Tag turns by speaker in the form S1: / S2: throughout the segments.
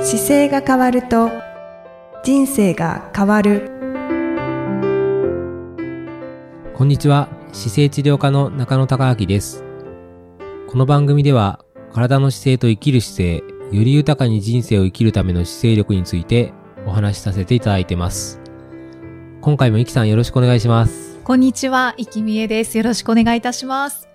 S1: 姿勢が変わると人生が変わる
S2: こんにちは。姿勢治療科の中野隆明です。この番組では、体の姿勢と生きる姿勢、より豊かに人生を生きるための姿勢力についてお話しさせていただいてます。今回もイキさんよろしくお願いします。
S3: こんにちは、いきみえです。よろしくお願いいたします。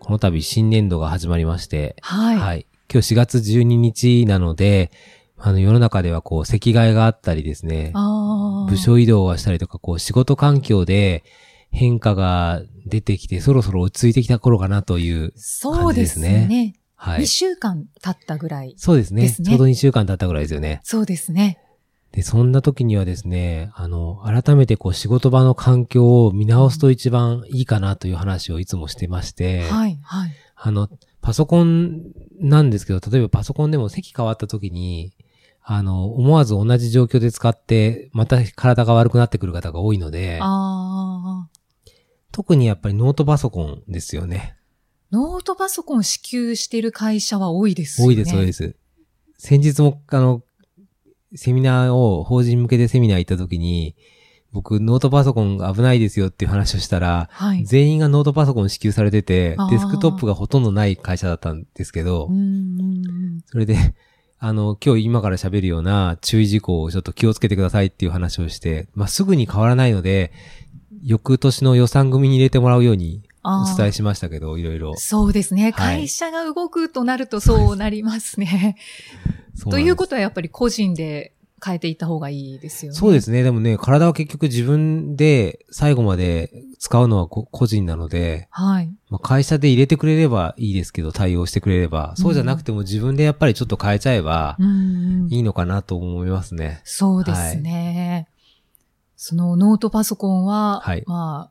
S2: この度新年度が始まりまして、
S3: はい。
S2: 今日4月12日なので、あの世の中ではこう、席替えがあったりですね。
S3: ああ。
S2: 部署移動がしたりとか、こう仕事環境で変化が出てきて、そろそろ落ち着いてきた頃かなという、
S3: そ
S2: 感
S3: うです
S2: じです
S3: ね。
S2: は
S3: 二
S2: い。
S3: 週間経ったぐらい。
S2: そうですね。
S3: ですね
S2: ちょうど2週間経ったぐらいですよね。
S3: そうですね。
S2: で、そんな時にはですね、あの、改めてこう仕事場の環境を見直すと一番いいかなという話をいつもしてまして、
S3: はい、はい。
S2: あの、パソコンなんですけど、例えばパソコンでも席変わった時に、あの、思わず同じ状況で使って、また体が悪くなってくる方が多いので、
S3: ああ。
S2: 特にやっぱりノートパソコンですよね。
S3: ノートパソコン支給してる会社は多いですよね。。
S2: 多いです、多いですす。先日も、あの、セミナーを、法人向けでセミナー行った時に、僕、ノートパソコンが危ないですよっていう話をしたら、
S3: はい。
S2: 全員がノートパソコン支給されてて
S3: あ、ー
S2: デスクトップがほとんどない会社だったんですけど
S3: う、んうんうん。
S2: それで、あの、今日今から喋るような注意事項をちょっと気をつけてくださいっていう話をして、まあ、すぐに変わらないので、翌年の予算組に入れてもらうように
S3: あ
S2: お
S3: ー
S2: 伝えしましたけど、いろいろ。
S3: そうですね。
S2: はい
S3: 会社が動くとなるとそうなりますね。
S2: そう
S3: と
S2: なん
S3: い
S2: で
S3: う
S2: す
S3: ことはやっぱり個人で変えていった方がいいですよね。。
S2: そうですすね。でもね、体は結局自分で最後まで使うのはこ個人なので、
S3: はい。
S2: まあ、会社で入れてくれればいいですけど、対応してくれれば。そうじゃなくても自分でやっぱりちょっと変えちゃえば
S3: うんうん。
S2: いいのかなと思いますね。
S3: そうですね。そのノートパソコンは、
S2: はい
S3: まあ、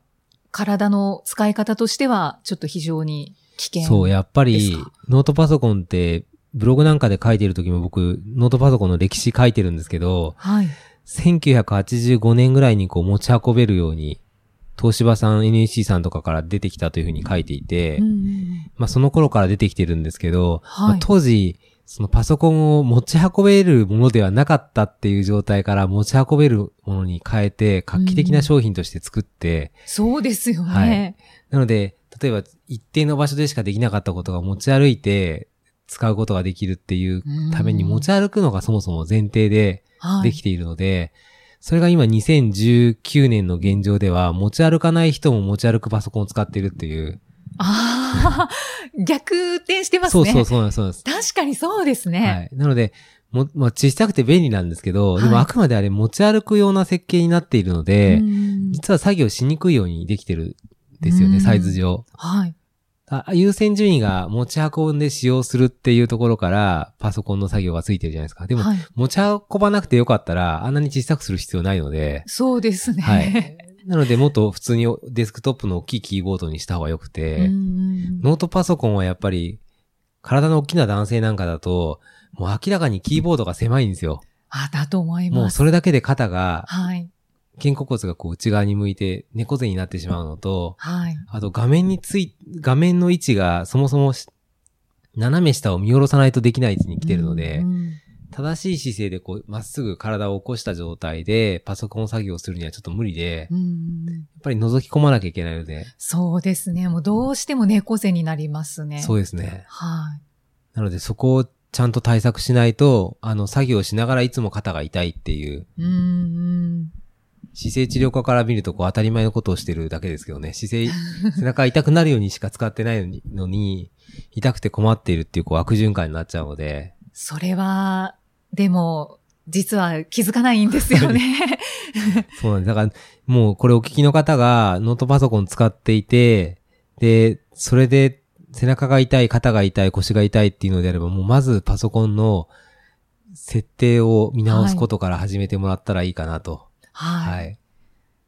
S3: 体の使い方としては、ちょっと非常に危険。
S2: そう、やっぱ
S3: です
S2: り
S3: か
S2: ノートパソコンってブログなんかで書いてる時も僕、ノートパソコンの歴史書いてるんですけど、
S3: はい。
S2: 1985年ぐらいにこう持ち運べるように、東芝さん、NEC さんとかから出てきたというふうに書いていて、
S3: うんうんうん
S2: まあその頃から出てきてるんですけど、
S3: はい
S2: まあ当時、そのパソコンを持ち運べるものではなかったっていう状態から持ち運べるものに変えて画期的な商品として作って、
S3: そうですよね。
S2: はいなので、例えば一定の場所でしかできなかったことが持ち歩いて使うことができるっていうために
S3: うん
S2: 持ち歩くのがそもそも前提で
S3: はい
S2: できているので、それが今2019年の現状では持ち歩かない人も持ち歩くパソコンを使っているっていう。
S3: ああ、 逆転してます
S2: そう
S3: ね。
S2: そうそうなんですそうなんです。
S3: 確かにそうです
S2: は
S3: ね。
S2: い。なので、も、まあ、小さくて便利なんですけど、でも
S3: はい
S2: あくまであれ持ち歩くような設計になっているので、
S3: うん
S2: 実は作業しにくいようにできてるんですよね、
S3: うん
S2: サイズ上。
S3: はい。
S2: あ優先順位が持ち運んで使用するっていうところから、パソコンの作業がついてるじゃないですか。でも、
S3: はい。
S2: 持ち運ばなくてよかったら、あんなに小さくする必要ないので、
S3: そうですね。
S2: はいなので、もっと普通にデスクトップの大きいキーボードにした方がよくて、
S3: うんうん
S2: ノートパソコンはやっぱり、体の大きな男性なんかだと、もう明らかにキーボードが狭いんですよ。
S3: あ、だと思い
S2: も
S3: ま
S2: う
S3: す。
S2: それだけで肩が、
S3: はい。
S2: 肩甲骨がこう内側に向いて猫背になってしまうのと、
S3: はい。
S2: あと画面につい、画面の位置がそもそもし斜め下を見下ろさないとできない位置に来てるので、
S3: うんうん
S2: 正しい姿勢でこうまっすぐ体を起こした状態でパソコン作業をするにはちょっと無理で、
S3: う
S2: や
S3: んうんうん
S2: っぱり覗き込まなきゃいけないので、
S3: そうですね。もうどうしても猫背になりますね。
S2: そうですね。
S3: はい。
S2: なのでそこをちゃんと対策しないと、あの作業しながらいつも肩が痛いっていう、
S3: うーん。
S2: 姿勢治療科から見るとこう当たり前のことをしてるだけですけどね、姿 勢、背中痛くなるようにしか使ってないのにのに、痛くて困っているっていうこう悪循環になっちゃうので、
S3: それは、でも、実は気づかないんですよね。
S2: そうなんです。だから、もうこれお聞きの方がノートパソコン使っていて、で、それで背中が痛い、肩が痛い、腰が痛いっていうのであれば、もうまずパソコンの設定を見直すことから始めてもらったらいいかなと。
S3: はい。
S2: はい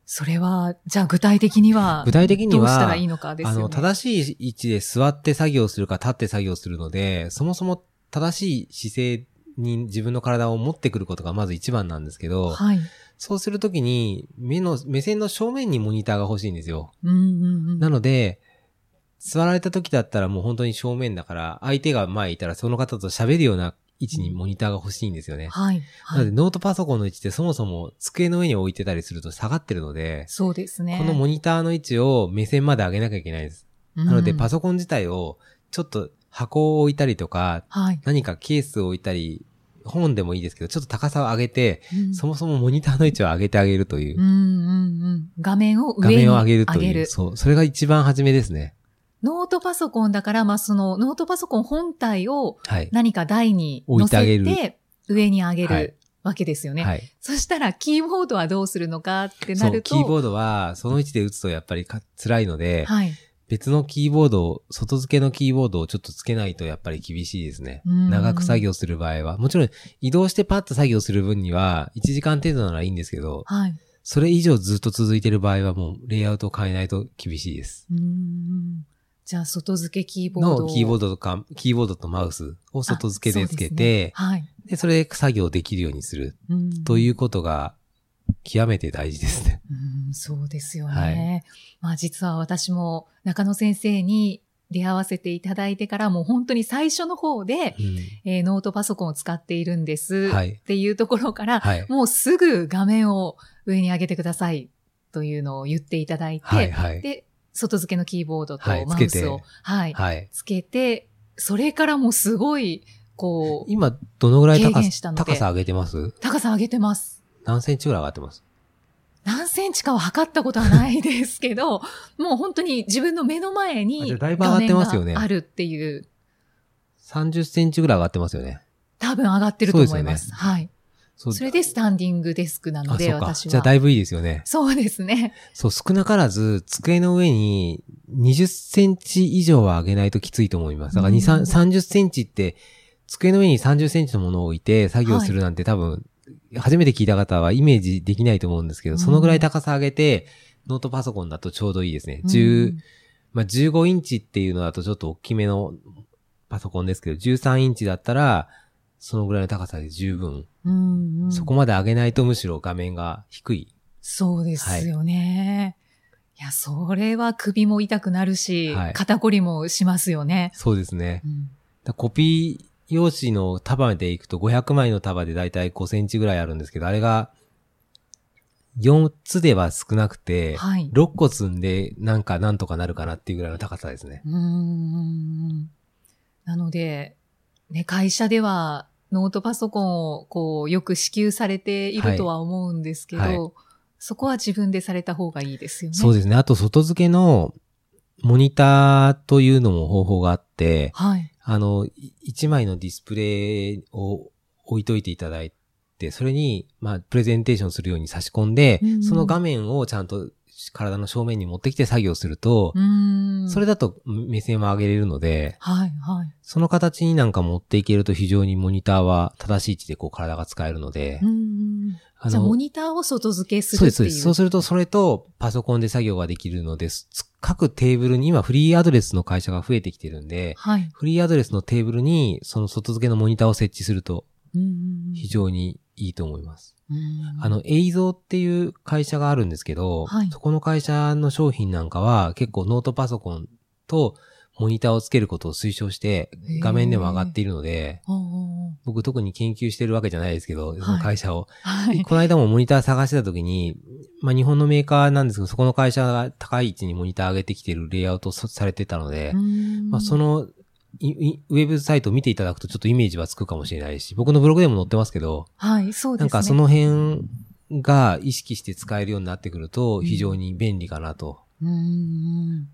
S3: それは、じゃあ具体的には、
S2: 具体的には
S3: どうしたらいいのかです
S2: あ
S3: よね。
S2: の、正しい位置で座って作業するか立って作業するので、そもそも正しい姿勢に自分の体を持ってくることがまず一番なんですけど、
S3: はい。
S2: そうするときに目の、目線の正面にモニターが欲しいんですよ。
S3: うんうんうん。
S2: なので、座られた時だったらもう本当に正面だから、相手が前いたらその方と喋るような位置にモニターが欲しいんですよね。
S3: はい。
S2: な
S3: は
S2: ので
S3: い。
S2: ノートパソコンの位置ってそもそも机の上に置いてたりすると下がってるので、
S3: そうですね。
S2: このモニターの位置を目線まで上げなきゃいけないです。
S3: な
S2: なのでパ
S3: ソ
S2: ソコン自体をちょっと箱を置いたりとか、
S3: コン。はい。
S2: 何かケースを置いたり、本でもいいですけど、ちょっと高さを上げて、
S3: うん
S2: そもそもモニターの位置を上げてあげるというう、
S3: んうんうん。画面を
S2: 画
S3: 上に
S2: 面を
S3: 上
S2: 上
S3: げ
S2: げ
S3: る
S2: るという、そう、それが一番初めですね。
S3: ノートパソコンだから、まあ、その、ノートパソコン本体を
S2: はい。
S3: 何か台に
S2: 置
S3: 乗
S2: いて
S3: せ
S2: あげる
S3: て、上に上げ
S2: はい
S3: るわけですよね。
S2: はい。
S3: そしたら、キーボードはどうするのかって
S2: そ
S3: な
S2: う、
S3: る
S2: キ
S3: と、
S2: ーボードは、その位置で打つとやっぱりか辛いので、
S3: はい。
S2: 別のキーボードを、外付けのキーボードをちょっとつけないとやっぱり厳しいですね。
S3: うん
S2: 長く作業する場合は。もちろん、移動してパッと作業する分には、1時間程度ならいいんですけど、
S3: はい。
S2: それ以上ずっと続いてる場合はもう、レイアウトを変えないと厳しいです。
S3: うんうんじゃあ、外付けキーボード
S2: の
S3: を。
S2: キーボードとか、キーボードとマウスを外付けでつけて、
S3: あそうですねはい。
S2: でそれで作業できるようにする
S3: うん
S2: ということが、極めて大事ですね。
S3: うん、そうですよね。
S2: は
S3: まあ実は私も中野先生に出会わせていただいてからもう本当に最初の方で、えーノートパソコンを使っているんです
S2: はい
S3: っていうところから、
S2: はい。
S3: もうすぐ画面を上に上げてくださいというのを言っていただいて、
S2: はい、はい。
S3: で、外付けのキーボードと
S2: はい
S3: マウスを、はい、
S2: はい。
S3: つけて、それからもうすごい、こう、
S2: 今、どのぐらい
S3: 軽
S2: 高
S3: 減した
S2: さ、
S3: ので
S2: 高さ上げてます
S3: 高さ上げてます。
S2: 何センチぐらい上がってます
S3: 何センチかは測ったことはないですけど、 もう本当に自分の目の前
S2: あ
S3: に
S2: じゃあだいぶ上が
S3: 画
S2: って
S3: 面
S2: ますよね
S3: があるっていう、
S2: ?30 センチぐらい上がってますよね。
S3: 多分上がってると思います。
S2: そうで
S3: はい。
S2: そ
S3: それでスタンディングデスクなの
S2: あ、
S3: で、
S2: そうか。
S3: 私は。
S2: じゃあだいぶいいですよね。
S3: そうで すね。
S2: そう、少なからず、机の上に20センチ以上は上げないときついと思います。だから2、
S3: うん
S2: 3 30センチって、机の上に30センチのものを置いて作業するなんて多分、初めて聞いた方はイメージできないと思うんですけど、
S3: うん
S2: そのぐらい高さ上げて、ノートパソコンだとちょうどいいですね。10、
S3: うん
S2: まあ、15インチっていうのだとちょっと大きめのパソコンですけど、13インチだったら、そのぐらいの高さで十分。
S3: うんうん
S2: そこまで上げないとむしろ画面が低い。
S3: そうですよね。い、や、それは首も痛くなるし、
S2: はい
S3: 肩こりもしますよね。
S2: そうですね。
S3: うん
S2: だコピー用紙の束でいくと500枚の束でだいたい5センチぐらいあるんですけど、あれが4つでは少なくて、
S3: はい。
S2: 6個積んでなんかなんとかなるかなっていうぐらいの高さですね。
S3: うーんなので、ね、会社ではノートパソコンをこうよく支給されてい
S2: は
S3: る
S2: い
S3: とは思うんですけど、
S2: はい
S3: そこは自分でされた方がいいですよね。
S2: そうですね。あと外付けのモニターというのも方法があって、
S3: はい。
S2: あの、1枚のディスプレイを置いといていただいて、それに、まあ、プレゼンテーションするように差し込んで、
S3: うん
S2: その画面をちゃんと体の正面に持ってきて作業すると、
S3: うーん。
S2: それだと目線は上げれるので、
S3: はい、はい。
S2: その形になんか持っていけると非常にモニターは正しい位置でこう体が使えるので
S3: う、ん
S2: あ
S3: じゃあ、モ
S2: の、
S3: ニターを外付けす
S2: そう
S3: る
S2: で
S3: っ
S2: す、そ
S3: て
S2: う
S3: い
S2: で
S3: う。
S2: す。そうするとそれとパソコンで作業ができるのです。各テーブルに今フリーアドレスの会社が増えてきてるんで、
S3: はい。
S2: フリーアドレスのテーブルにその外付けのモニターを設置すると
S3: うんうんうん
S2: 非常にいいと思います。
S3: うん
S2: あの、映像っていう会社があるんですけど、
S3: はい
S2: そこの会社の商品なんかは結構ノートパソコンとモニターをつけることを推奨して
S3: へー
S2: 画面でも上がっているので、
S3: おうおうおう
S2: 僕特に研究してるわけじゃないですけど、その会社を。
S3: はい。
S2: この間もモニター探してた時に、まあ日本のメーカーなんですけど、そこの会社が高い位置にモニター上げてきてるレイアウトをさされてたので、まあ、そ
S3: の、
S2: の、いいウェブサイトを見ていただくとちょっとイメージはつくかもしれないし、僕のブログでも載ってますけど、
S3: はい、そうです
S2: な
S3: ね。
S2: んかその辺が意識して使えるようになってくると
S3: うん
S2: 非常に便利かなと。
S3: うーん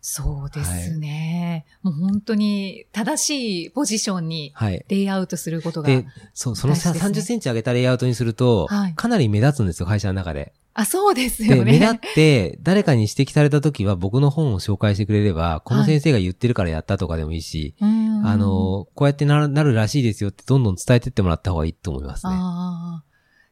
S3: そうですね。もう本当に正しいポジションに
S2: はい。
S3: レイアウトすることが。
S2: で、そう、その
S3: 大事
S2: さ
S3: です
S2: 30
S3: ね
S2: センチ上げたレイアウトにすると
S3: はい、
S2: かなり目立つんですよ、会社の中で。
S3: あ、そうですよ
S2: で、目立っ
S3: ね。
S2: て、誰かに指摘された時は僕の本を紹介してくれれば、この先生が言ってるからやったとかでもいいし、
S3: うーん
S2: あ、の、こうやってなるなるらしいですよってどんどん伝えてってもらった方がいいと思いますね。
S3: あー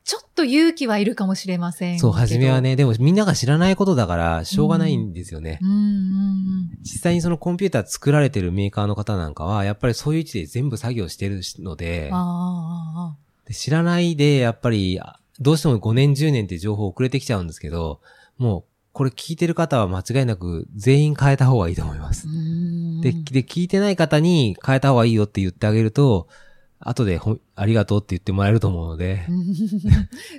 S3: ちょっと勇気はいるかもしれませんけど。
S2: そう、初めは。ね、でもみんなが知らないことだから、しょうがないんですよね
S3: う。んうん
S2: 実際にそのコンピューター作られてるメーカーの方なんかは、やっぱりそういう位置で全部作業してるの
S3: う
S2: で
S3: ん。、あ
S2: で知らないで、やっぱり、あどうしても5年10年って情報遅れてきちゃうんですけど、もう、これ聞いてる方は間違いなく全員変えた方がいいと思いま
S3: ー
S2: す
S3: う。ん
S2: で、で、聞いてない方に変えた方がいいよって言ってあげると、後でほんありがとうって言ってもらえると思うので、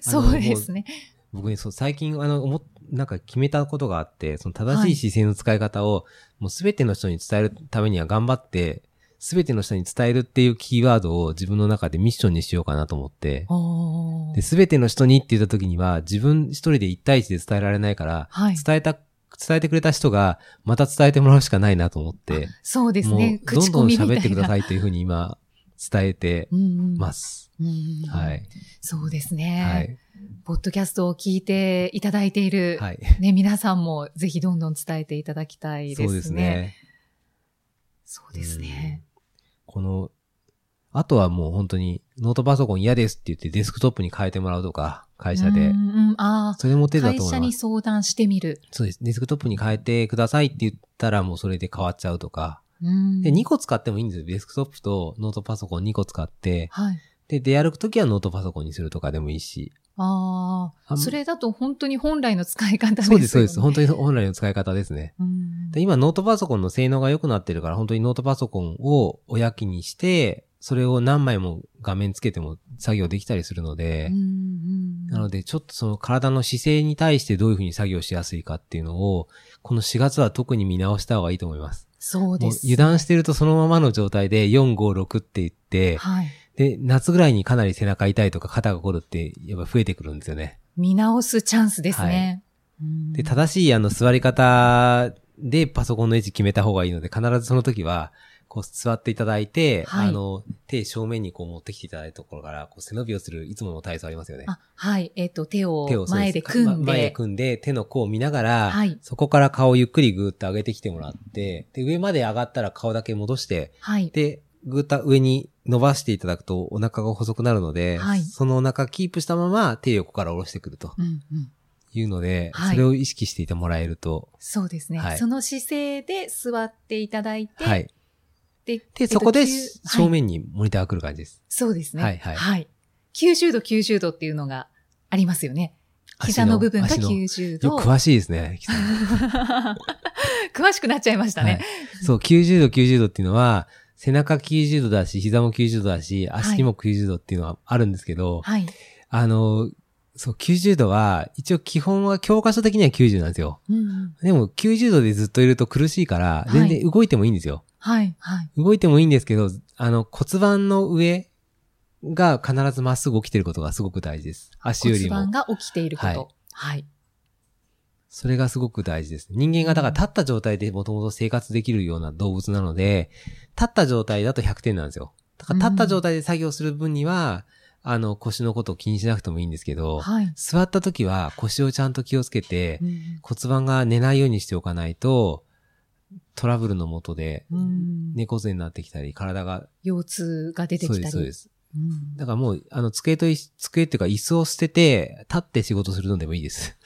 S3: そうですね。
S2: 僕ね、そう最近、あの、思っなんか決めたことがあって、その正しい視線の使い方を、もうすべての人に伝えるためには頑張って、すべての人に伝えるっていうキーワードを自分の中でミッションにしようかなと思って、
S3: おー
S2: で、すべての人にって言った時には、自分一人で一対一で伝えられないから、
S3: はい。
S2: 伝えた、伝えてくれた人が、また伝えてもらうしかないなと思って、
S3: そうです
S2: も
S3: ね。
S2: う、ど
S3: 口
S2: んど
S3: コ
S2: ん
S3: ミみたいな。
S2: 喋ってくださいというふうに今、伝えて
S3: うんうん
S2: ます。
S3: うん
S2: はい。
S3: そうです
S2: は
S3: ね。
S2: い。
S3: ポッドキャストを聞いていただいている、
S2: はい。
S3: ね、皆さんもぜひどんどん伝えていただきたいですね。
S2: そうです。ね。
S3: そうですね。
S2: うん。この、あとはもう本当に、ノートパソコン嫌ですって言ってデスクトップに変えてもらうとか、会社で
S3: う。んうんあ
S2: それも
S3: あ、
S2: 手だ
S3: 会
S2: と思
S3: 社
S2: いま
S3: に
S2: す。
S3: 相談してみる。
S2: そうです。デスクトップに変えてくださいって言ったらもうそれで変わっちゃうとか。
S3: うん
S2: で、2個使ってもいいんですよ。デスクトップとノートパソコン2個使って。
S3: はい。
S2: で、出歩くときはノートパソコンにするとかでもいいし。
S3: あ
S2: あ
S3: あ、
S2: ん
S3: それだと本当に本来の使い方です
S2: そ
S3: よね。
S2: うです、そうです。本当に本来の使い方ですね。
S3: うん
S2: で今ノートパソコンの性能が良くなってるから、本当にノートパソコンをおやきにして、それを何枚も画面つけても作業できたりするので、
S3: うんうん
S2: なのでちょっとその体の姿勢に対してどういうふうに作業しやすいかっていうのを、この4月は特に見直した方がいいと思います。
S3: そう
S2: も
S3: で
S2: う
S3: す。
S2: 油断してるとそのままの状態で4、5、6って言って、
S3: はい。
S2: で、夏ぐらいにかなり背中痛いとか肩が凝るってやっぱ増えてくるんですよね。
S3: 見直すチャンスですね。うん
S2: で、正しいあの座り方でパソコンの位置決めた方がいいので、必ずその時は、こう座っていただいて、
S3: はい
S2: あの、手正面にこう持ってきていただいたところから、こう背伸びをするいつもの体操ありますよね。
S3: あ、はい。えっ、と、手を
S2: 手をそうす
S3: 前で組ん
S2: ま前で
S3: で。
S2: 組んで、手の甲を見ながら、
S3: はい
S2: そこから顔をゆっくりぐーっと上げてきてもらって、で、上まで上がったら顔だけ戻して、
S3: はい。
S2: で、ぐーっと上に伸ばしていただくとお腹が細くなるので、
S3: はい
S2: そのお腹キープしたまま手を横から下ろしてくると
S3: うんうん、
S2: いうので、
S3: はい
S2: それを意識していてもらえると
S3: そうですね、
S2: はい
S3: その姿勢で座っていただいて、
S2: はい。
S3: で
S2: で、そこで
S3: 正
S2: 正
S3: 面、はい
S2: 面にモニターが来る感じです。
S3: そうですね。
S2: はいはい
S3: 90度、90度っていうのがありますよね。
S2: 足
S3: 膝の部分が
S2: 足の
S3: 90
S2: よ
S3: 度。
S2: く詳しいです ね。キさん
S3: 詳しくなっちゃいました
S2: はい
S3: ね。
S2: そう、90度、90度っていうのは、背中90度だし、膝も90度だし、足にも90度っていうのはあるんですけど、
S3: はい。
S2: あの、そう、90度は、一応基本は教科書的には90なんですよ。
S3: うんうん
S2: でも、90度でずっといると苦しいから、全然動いてもいいんですよ。
S3: はい。はい。
S2: 動いてもいいんですけど、あの、骨盤の上が必ずまっすぐ起きてることがすごく大事です。足よ
S3: 骨
S2: りも
S3: 盤。が起きていること。はい。
S2: それがすごく大事です。人間がだから立った状態でもともと生活できるような動物なので、立った状態だと100点なんですよ。だから立った状態で作業する分には、あの腰のことを気にしなくてもいいんですけど、
S3: はい。
S2: 座った時は腰をちゃんと気をつけて
S3: う、ん
S2: 骨盤が寝ないようにしておかないと、トラブルのもとで
S3: う、ん
S2: 猫背になってきたり、体が、
S3: 腰痛が出て
S2: そう
S3: き
S2: で
S3: た
S2: す、
S3: り。
S2: そうです。
S3: うん
S2: だからもう、あの、机とい、机っていうか椅子を捨てて、立って仕事するのでもいい です。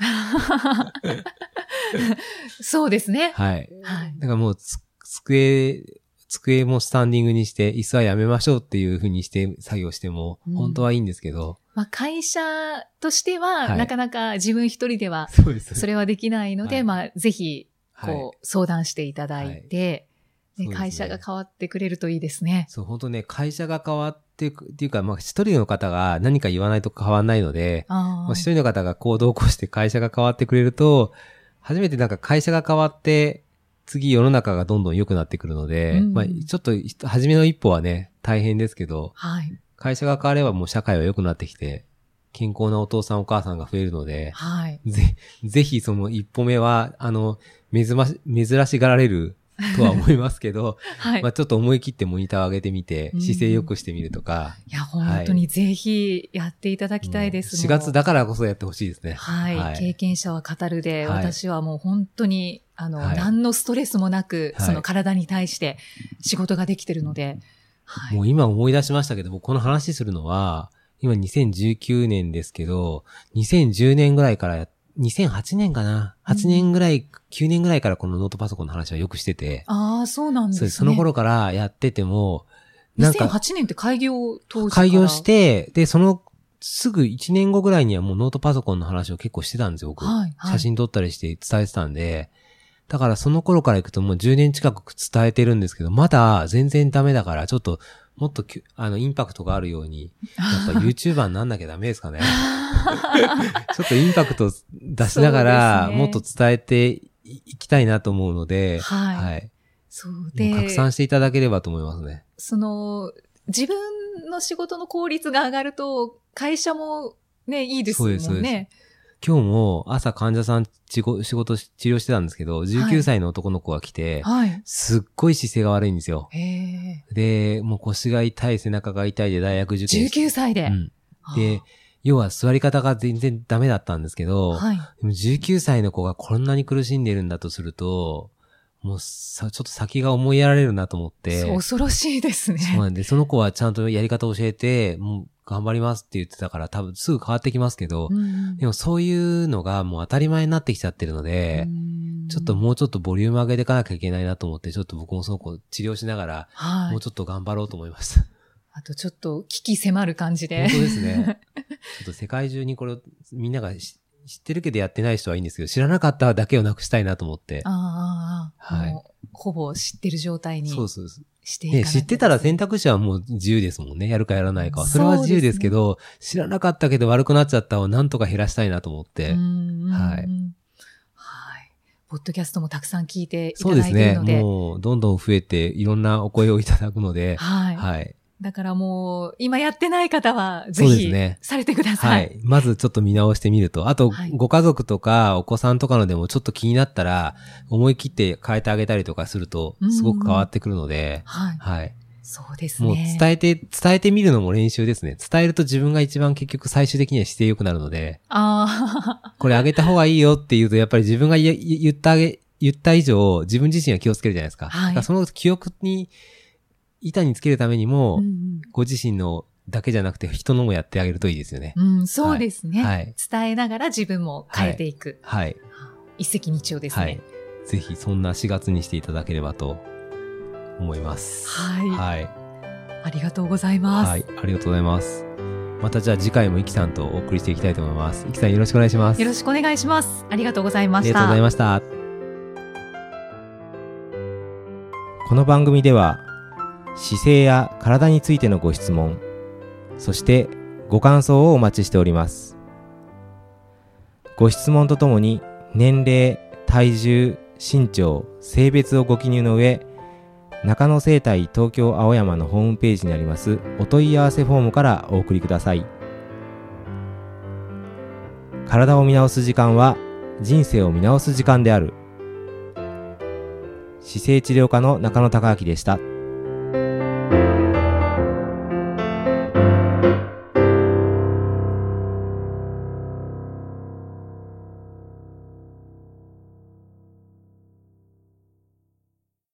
S3: そうですね。
S2: はい。
S3: はい。
S2: だからもうつ、机、机もスタンディングにして、椅子はやめましょうっていう風にして作業しても
S3: う、ん
S2: 本当はいいんですけど。
S3: まあ、会社として
S2: は
S3: は、
S2: い
S3: なかなか自分一人では、
S2: そうです
S3: それはできないので、
S2: はい
S3: まあ、ぜひ、
S2: はい、
S3: こう、相談していただいて、
S2: はいそ
S3: ね
S2: うですね
S3: 会社が変わってくれるといいですね。
S2: そう、本当ね、会社が変わっていく、っていうか、まあ、一人の方が何か言わないと変わんないので、
S3: あ
S2: まあ
S3: あ
S2: 一人の方が行動を起こして会社が変わってくれると、初めてなんか会社が変わって、次世の中がどんどん良くなってくるので、
S3: うん
S2: まあ、ちょっと、ひと初めの一歩はね、大変ですけど、
S3: はい。
S2: 会社が変わればもう社会は良くなってきて、健康なお父さんお母さんが増えるので、
S3: はい。
S2: ぜ、ぜひその一歩目は、あの、珍し、珍しがられるとは思いますけど、
S3: はい。
S2: まあちょっと思い切ってモニターを上げてみて
S3: う、ん
S2: 姿勢良くしてみるとか、
S3: いや、本当にぜひやっていただきたいです。
S2: 4月だからこそやってほしいですね。
S3: はい、
S2: はい
S3: 経験者は語るで、
S2: はい
S3: 私はもう本当に、あの、
S2: はい
S3: 何のストレスもなく、
S2: はい
S3: その体に対して仕事ができてるので、はい。
S2: もう今思い出しましたけど、僕この話するのは、今2019年ですけど、2010年ぐらいから、2008年かな ?8 年ぐらい、9年ぐらいからこのノートパソコンの話はよくしてて、
S3: ああ、そうなんです
S2: そう
S3: ね。
S2: です。その頃からやってても、なんか、
S3: 2008年って開業当時から
S2: 開業し、て、で、その、すぐ1年後ぐらいにはもうノートパソコンの話を結構してたんですよ、僕。
S3: はいはい
S2: 写真撮ったりして伝えてたんで。だからその頃から行くともう10年近く伝えてるんですけど、まだ全然ダメだから、ちょっともっときゅあの、インパクトがあるように、やっ ぱ YouTuber になんなきゃダメですかね。ちょっとインパクト出しなが
S3: そう
S2: ら、
S3: ですね
S2: もっと伝えていいきたいなと思うので、
S3: はい
S2: はい。
S3: そう
S2: もう
S3: で、
S2: 拡散していただければと思いますね。
S3: その、自分の仕事の効率が上がると、会社もね、いいですもんね。
S2: そうですそうで今日も朝患者さんちご仕事し治療してたんですけど、19歳の男の子が来て、
S3: はい。
S2: すっごい姿勢が悪いんですよ。
S3: へえ。
S2: で、もう腰が痛い、背中が痛いで大学受験して。
S3: 19歳で。
S2: うん。で、要は座り方が全然ダメだったんですけど、
S3: はい。
S2: でも19歳の子がこんなに苦しんでるんだとすると、もうさ、ちょっと先が思いやられるなと思って、
S3: そう恐ろしいですね。
S2: そうなんで、その子はちゃんとやり方を教えて、もう頑張りますって言ってたから多分すぐ変わってきますけど、
S3: うん
S2: でもそういうのがもう当たり前になってきちゃってるので、ちょっと、もうちょっとボリューム上げていかなきゃいけないなと思って、ちょっと僕もその子治療しながら、
S3: はい
S2: もうちょっと頑張ろうと思いました。
S3: あとちょっと危機迫る感じ で
S2: 本。当ですね。ちょっと世界中にこれをみんながし知ってるけどやってない人はいいんですけど、知らなかっただけをなくしたいなと思って。
S3: ああ、
S2: はい
S3: もうほぼ知ってる状態に
S2: そうそうそう。
S3: していかな
S2: ね、
S3: い
S2: 知
S3: と
S2: ってたら選択肢はもう自由ですもんね。やるかやらないかは。それは自由ですけど、知らなかったけど悪くなっちゃったをなんとか減らしたいなと思って。
S3: うんうんうん
S2: はい
S3: はい。ポッドキャストもたくさん聞いてい
S2: そう
S3: た
S2: で
S3: だ
S2: す
S3: いている
S2: ね。
S3: ので。
S2: もうどんどん増えていろんなお声をいただくので。
S3: はい、
S2: はい。
S3: だからもう、今やってない方は、ぜ
S2: そうです
S3: ひ
S2: ね、
S3: されてくださ。
S2: はいい。まずちょっと見直してみると。あと
S3: はい、
S2: ご家族とかお子さんとかのでもちょっと気になったら、思い切って変えてあげたりとかすると
S3: うん、
S2: すごく変わってくるので。
S3: はい。
S2: はい。
S3: そうですね。
S2: もう伝えて、伝えてみるのも練習ですね。伝えると自分が一番結局最終的には姿勢良くなるので。
S3: ああ、
S2: これあげた方がいいよって言うと、やっぱり自分が言言言ったあげ、言った以上、自分自身は気をつけるじゃないですか。
S3: はい
S2: だからその記憶に、板につけるために も、
S3: うん
S2: ご自身のだけじゃなくて、人のもやってあげるといいですよね。
S3: うん、うんそうですね、
S2: はい
S3: 伝えながら自分も変えていく。
S2: はい。
S3: 一石二鳥です
S2: は
S3: ね
S2: い。。ぜひ、そんな4月にしていただければと思います。
S3: はい
S2: はい。
S3: ありがとうございます。
S2: はい。ありがとうございます。またじゃあ次回もイキさんとお送りしていきたいと思います。イキさんよろしくお願いします。
S3: よろしくお願いします。ありがとうござい
S2: あ
S3: ま
S2: り
S3: し
S2: がとうござい
S3: た。
S2: ました。この番組では、姿勢や体についてのご質問、そしてご感想をお待ちしております。ご質問とともに、年齢、体重、身長、性別をご記入の上、中野生態東京青山のホームページにありますお問い合わせフォームからお送りください。体を見直す時間は人生を見直す時間である姿勢治療科の中野孝明でした